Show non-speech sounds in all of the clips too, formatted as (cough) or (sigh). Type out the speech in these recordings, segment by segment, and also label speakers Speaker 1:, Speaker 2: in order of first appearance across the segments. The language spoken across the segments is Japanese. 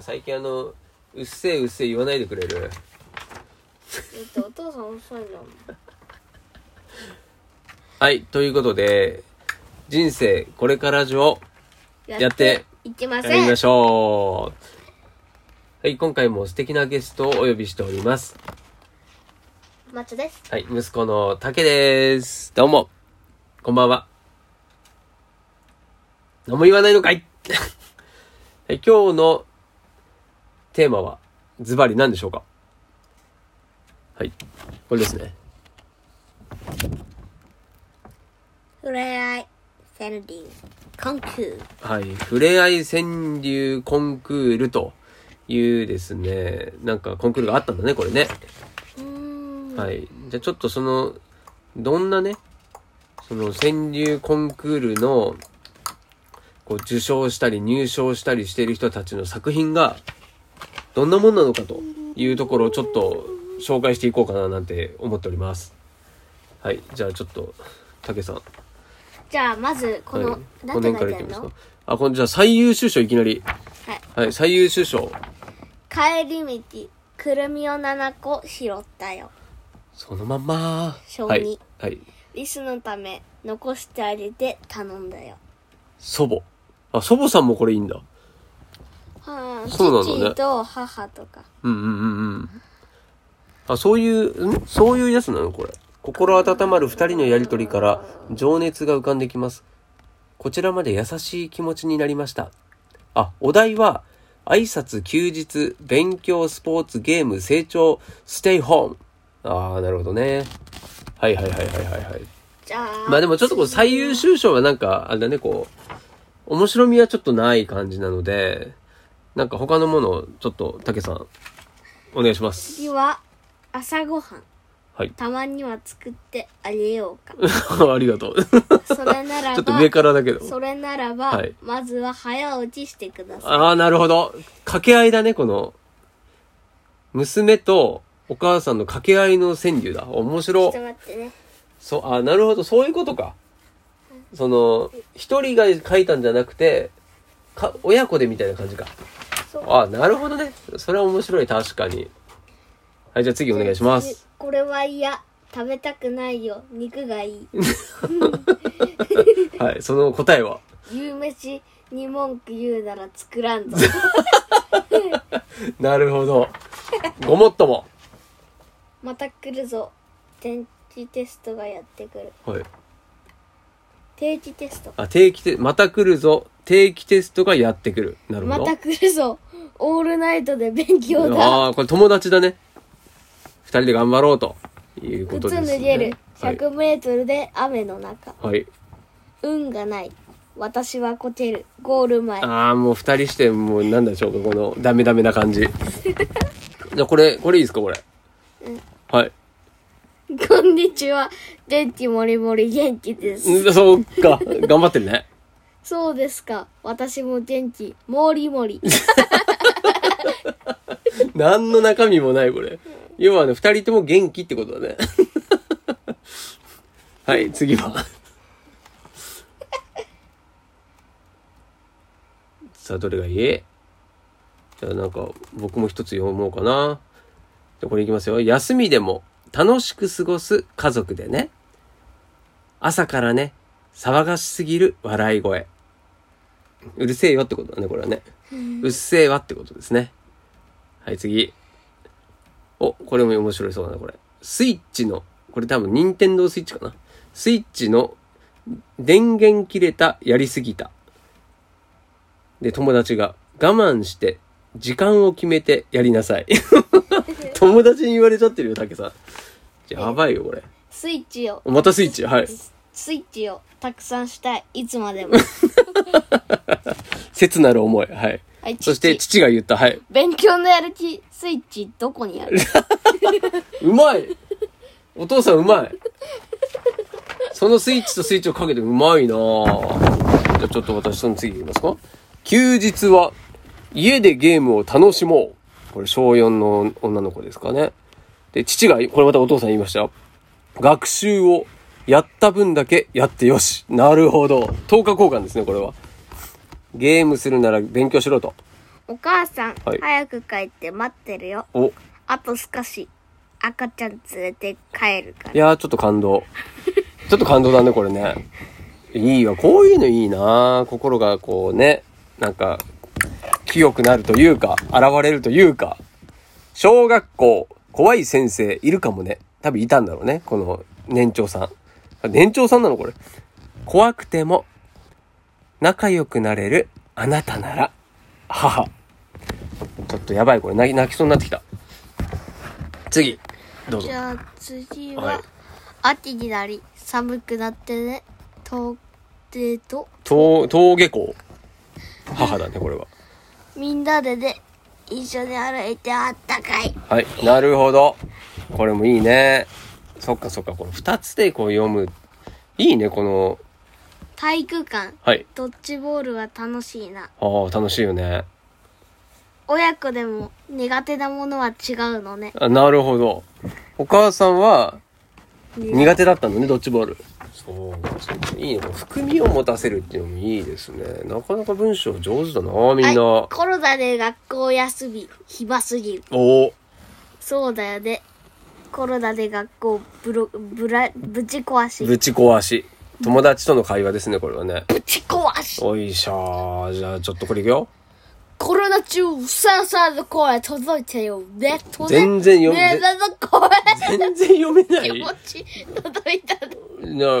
Speaker 1: 最近あの「うっせえうっせえ」言わないでくれる
Speaker 2: だってお父さん遅いんだもん
Speaker 1: はいということで人生これからじをやって
Speaker 2: いきま
Speaker 1: や
Speaker 2: せ
Speaker 1: り
Speaker 2: ん
Speaker 1: ましょうはい今回も素敵なゲストをお呼びしております
Speaker 2: マッチョです
Speaker 1: はい息子のたけですどうもこんばんは何も言わないのかい (laughs) はい今日のテーマはズバリ何でしょうかはいこれですね
Speaker 2: ふれあい川柳コンクール
Speaker 1: はい。ふれあい川柳コンクールというですね、なんかコンクールがあったんだね、これね。
Speaker 2: うーん
Speaker 1: はい。じゃあちょっとその、どんなね、その川柳コンクールの、こう受賞したり入賞したりしている人たちの作品が、どんなもんなのかというところをちょっと紹介していこうかななんて思っております。はい。じゃあちょっと、竹さん。
Speaker 2: じゃあまずこの、
Speaker 1: はい、
Speaker 2: なんて書いてあ
Speaker 1: い
Speaker 2: る
Speaker 1: きます
Speaker 2: の
Speaker 1: か。あ、このじゃあ最優秀賞いきなり。
Speaker 2: はい
Speaker 1: はい、最優秀賞。
Speaker 2: 帰り道くるみを7個拾ったよ
Speaker 1: そのまんま。
Speaker 2: 賞
Speaker 1: は
Speaker 2: 味
Speaker 1: い。はい。
Speaker 2: リスのため残してあげて頼んだよ
Speaker 1: 祖母。あ、祖母さんもこれいいんだ。
Speaker 2: はあ、
Speaker 1: そうなのね
Speaker 2: 父と母とか
Speaker 1: うんうんうんうん。あ、そういう、んそういうやつなのこれ。心温まる二人のやりとりから情熱が浮かんできます。こちらまで優しい気持ちになりました。あ、お題は、挨拶、休日、勉強、スポーツ、ゲーム、成長、ステイホーム。ああ、なるほどね。はいはいはいはいはいはい。
Speaker 2: じゃあ
Speaker 1: まあでもちょっとこう最優秀賞はなんか、あれだね、こう、面白みはちょっとない感じなので、なんか他のものをちょっと、たけさん、お願いします。
Speaker 2: 次は朝ごはん
Speaker 1: はい。 (laughs)
Speaker 2: たまには作ってあげようか
Speaker 1: ありがとう。ち
Speaker 2: それならば
Speaker 1: ょっと上からだけど。
Speaker 2: それならば、
Speaker 1: はい
Speaker 2: まずは早起きしてください
Speaker 1: ああ、なるほど。掛け合いだね、この。娘とお母さんの掛け合いの川柳だ。面
Speaker 2: ちょ
Speaker 1: 白
Speaker 2: っと。待ってね
Speaker 1: そう、あ、なるほど、そういうことか。その、一人が書いたんじゃなくて、か、親子でみたいな感じか
Speaker 2: そう。
Speaker 1: あ、なるほどね。それは面白い、確かに。はい、じゃあ次お願いしま
Speaker 2: 次
Speaker 1: す。
Speaker 2: これは嫌食べたくないよ肉がいい
Speaker 1: はい、その答えは。
Speaker 2: 夕飯に文句言うなら作ら
Speaker 1: (laughs)
Speaker 2: んぞ
Speaker 1: なるほど。ごもっとも。
Speaker 2: また来るぞ天気テストがやってくる
Speaker 1: はい。
Speaker 2: 定期テスト
Speaker 1: あ、定期テ、また来るぞ。定期テストがやってくる。なるほ
Speaker 2: ま
Speaker 1: ど。
Speaker 2: た来るぞオールナイトで勉強だ
Speaker 1: ああー、これ友達だね。二人で頑張ろうと。いうこ
Speaker 2: 靴
Speaker 1: とですね。
Speaker 2: 脱げる
Speaker 1: はい。
Speaker 2: 100m で雨の中、
Speaker 1: はい。
Speaker 2: 運がない私はこてるゴール前
Speaker 1: ああ、もう二人して、もうなんだでしょうか、このダメダメな感じ。じゃあこれ、これいいですか、これ。はい。
Speaker 2: こんにちは元気もりもり元気です
Speaker 1: んそうか、頑張ってるね。
Speaker 2: そうですか私も元気もりもり
Speaker 1: (laughs) 何の中身もない、これ。要はね、二人とも元気ってことだね。 (laughs) はい、次は。 (laughs) さあ、どれがいいじゃあなんか、僕も一つ読もうかな。じゃあこれいきますよ。休みでも楽しく過ごす家族でね。朝からね、騒がしすぎる笑い声。うるせえよってことだね、これはね。うっせえわってことですね。はい、次。お、これも面白いそうだな、これ。スイッチの、これ多分、任天堂スイッチかな。スイッチの、電源切れた、やりすぎた。で、友達が、我慢して、時間を決めてやりなさい。 (laughs) 友達に言われちゃってるよ、竹さん。やばいよ、これ。
Speaker 2: スイッチを
Speaker 1: またスイッチ、はい。
Speaker 2: スイッチをたくさんしたいいつ
Speaker 1: (laughs)
Speaker 2: までも
Speaker 1: 切なる思い、はい。
Speaker 2: はい
Speaker 1: そして、
Speaker 2: 父
Speaker 1: 父が言った、はい。
Speaker 2: 勉強のやる気スイッチど
Speaker 1: (laughs)
Speaker 2: こにある
Speaker 1: うまいお父さんうまいそのスイッチとスイッチをかけてうまいなぁじゃあちょっと私その次いきますか。休日は家でゲームを楽しもう。これ小4の女の子ですかね。で、父が、これまたお父さん言いましたよ。学習をやった分だけやってよし。なるほど。10日交換ですね、これは。ゲームするなら勉強しろと。
Speaker 2: お母さん、
Speaker 1: はい
Speaker 2: 早く帰って待ってるよ。
Speaker 1: お、
Speaker 2: あと少し、赤ちゃん連れて帰るから
Speaker 1: い。やー、ちょっと感動。ちょっと感動だね、これね。いいわ、こういうのいいな心がこうね、なんか、清くなるというか、現れるというか、小学校、怖い先生いるかもね。多分いたんだろうね、この年長さん。年長さんなのこれ。怖くても、仲良くなれる、あなたなら、母。ちょっとやばい、これ泣き泣きそうになってきた。次、どうぞ
Speaker 2: じ。ゃあ次は、
Speaker 1: はい
Speaker 2: 秋になり寒くなってね遠出と
Speaker 1: 登登下校母だねこれは
Speaker 2: みんなでね一緒に歩いてあったかい
Speaker 1: はいなるほどこれもいいねそっかそっかこの2つでこう読むいいねこの
Speaker 2: 体育館
Speaker 1: はい
Speaker 2: ドッジボールは楽しいな
Speaker 1: あー楽しいよね
Speaker 2: 親子でも苦手なものは違うのね
Speaker 1: あなるほどお母さんは苦手だったのねドッジボールそうかそうかいいねこの含みを持たせるっていうのもいいですねなかなか文章上手だなみんな、
Speaker 2: はい、コロナで学校休み暇すぎる
Speaker 1: おお
Speaker 2: そうだよねコロナで学校ぶろぶらぶち壊し
Speaker 1: ぶち壊し友達との会話ですねこれはね
Speaker 2: ぶち壊し
Speaker 1: おいしょーじゃあちょっとこれいくよ
Speaker 2: コロナ中、サンサンの声届いたよね。とね
Speaker 1: 全然よ
Speaker 2: ねえ、なの声
Speaker 1: 全然読めな
Speaker 2: 気
Speaker 1: い
Speaker 2: 持ち届いたの。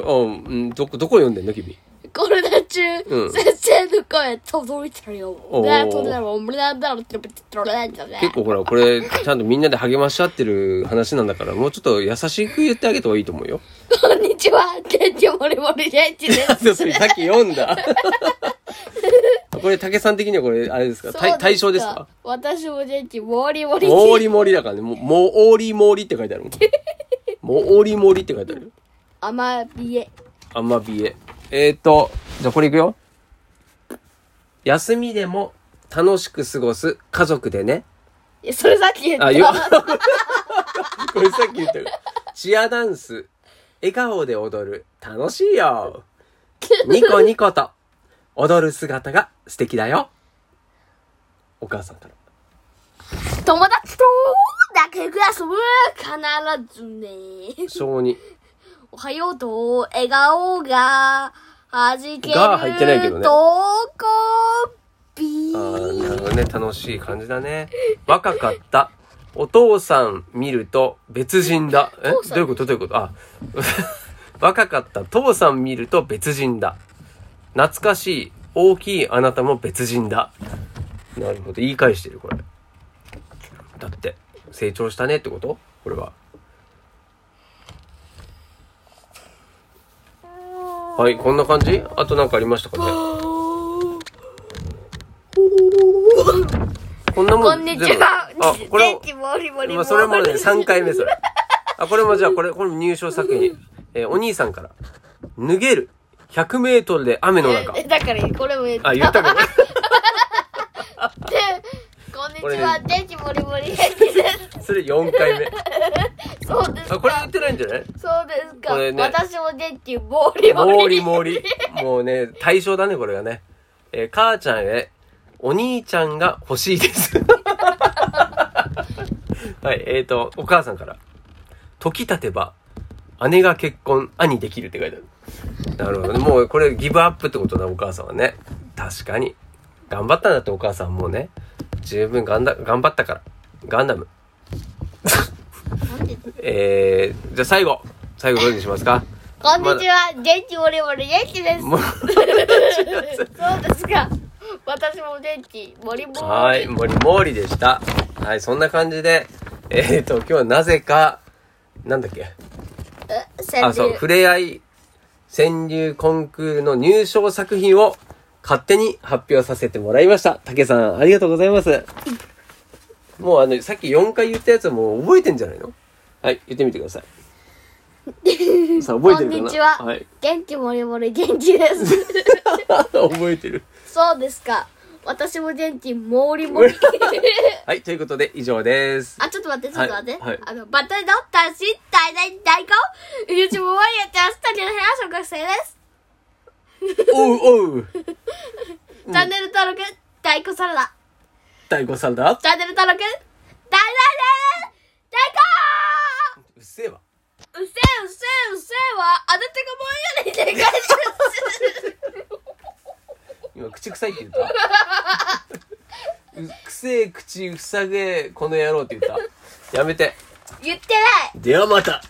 Speaker 1: なうんうん、どこ、どこ読んでんの君。
Speaker 2: コロナ中、
Speaker 1: うん
Speaker 2: 先生の声届いたよ
Speaker 1: お。ー
Speaker 2: ねえ、とねおめでとうって言ってとねだね
Speaker 1: 結。構ほら、これ、ちゃんとみんなで励まし合ってる話なんだから、もうちょっと優しく言ってあげた方がいいと思うよ。 (laughs)
Speaker 2: こんにちは、ケンジモリモリレンチで
Speaker 1: (laughs)
Speaker 2: す。
Speaker 1: そうそれさっき読んだ。 (laughs) これ、竹さん的にはこれ、あれですか
Speaker 2: そう
Speaker 1: 対対象ですか
Speaker 2: 私もレンチ、モリモリ
Speaker 1: もーりもりだからね。もう、もうおりもりって書いてある (laughs) もん。もうりもりって書いてある。
Speaker 2: 甘びえ。
Speaker 1: あんまびえ。えー、っと、じゃあこれいくよ。休みでも楽しく過ごす家族でね。
Speaker 2: いや、それさっき言った。 (laughs)
Speaker 1: あ、よ、 (laughs) これさっき言ったよチアダンス、笑顔で踊る、楽しいよ。ニコニコと、踊る姿が素敵だよ。お母さんから。
Speaker 2: 友達と、だけ暮らす。必ずね。
Speaker 1: 小に
Speaker 2: おはようと、笑顔が、はじける。
Speaker 1: が入ってないけどね
Speaker 2: どこび
Speaker 1: あーなるほどね、楽しい感じだね。若かった。お父さん見ると別人だ。え
Speaker 2: 父さ
Speaker 1: ど
Speaker 2: ん
Speaker 1: ういうことどういうことあ、 (laughs) 若かった。父さん見ると別人だ。懐かしい。大きいあなたも別人だ。なるほど。言い返してる、これ。だって、成長したねってことこれは。はい、こんな感じあとなんかありましたかねこんなも
Speaker 2: こ
Speaker 1: ん
Speaker 2: んに
Speaker 1: 全
Speaker 2: ち
Speaker 1: 部
Speaker 2: は。
Speaker 1: あ、これ
Speaker 2: 電気もりもり
Speaker 1: ま
Speaker 2: も
Speaker 1: あ、それもね、
Speaker 2: り。
Speaker 1: 3回目、それ。あ、これもじゃあ、これ、これも入賞作品。えーお兄さんから。脱げる。100メートルで雨の中。
Speaker 2: えだから、これも言って。
Speaker 1: あ、言ったかな
Speaker 2: (laughs) こんにち
Speaker 1: これ
Speaker 2: は。
Speaker 1: ね
Speaker 2: 電気もりもり電気です。
Speaker 1: それ4回目。
Speaker 2: そうです
Speaker 1: あ、これ
Speaker 2: か
Speaker 1: 言っ。てないんじゃない
Speaker 2: そうですか。
Speaker 1: これね
Speaker 2: 私も電気もりもり。
Speaker 1: モーリモーリ。もうね、対象だね、これがね。えー母ちゃんへ、お兄ちゃんが欲しいです。はい、えーと、お母さんから。時立てば、姉が結婚、兄できるって書いてある。なるほどね。もうこれギブアップってことだ、お母さんはね。確かに。頑張ったんだって、お母さんもうね。十分ガンダ、頑張ったから。ガンダム。
Speaker 2: なんで
Speaker 1: えー、じゃあ最後。最後どれにしますか
Speaker 2: こんにちは。電気もりもり電気です。
Speaker 1: もう
Speaker 2: そうですか。私も電気もりもり。
Speaker 1: はい、森毛利でした。はい、そんな感じで、えっ、ー、と、今日はなぜか、なんだっけ、
Speaker 2: え宣伝
Speaker 1: あ、そう、触れ合い川柳コンクールの入賞作品を勝手に発表させてもらいました。竹さん、ありがとうございます。もうあの、さっき4回言ったやつはもう覚えてんじゃないのはい、言ってみてくださ
Speaker 2: (laughs)
Speaker 1: い。さあ、覚えてるかな
Speaker 2: こんにちは。
Speaker 1: はい。 (laughs)
Speaker 2: 元気もりもり元気です。
Speaker 1: 覚えてる。
Speaker 2: そうですか。私も元気も
Speaker 1: (laughs)
Speaker 2: りもり。
Speaker 1: はい、ということで、以上です。
Speaker 2: あ、ちょっと待って、ちょっと待って。
Speaker 1: はいはい
Speaker 2: あの、バトルの楽しい大大大根 !YouTube もやってます。タニの部屋小学生です。
Speaker 1: おうおう (laughs)
Speaker 2: チャンネル登録、大根サラダ。
Speaker 1: 第5サンダー
Speaker 2: チャンネル登録大大大大
Speaker 1: うっせえわ。
Speaker 2: 大うっせえうっせえうっせえわあなたがぼんやりでかいです
Speaker 1: 今、口臭いって言った。うっくせえ口塞げ、この野郎って言った。やめて。
Speaker 2: 言ってない
Speaker 1: ではまた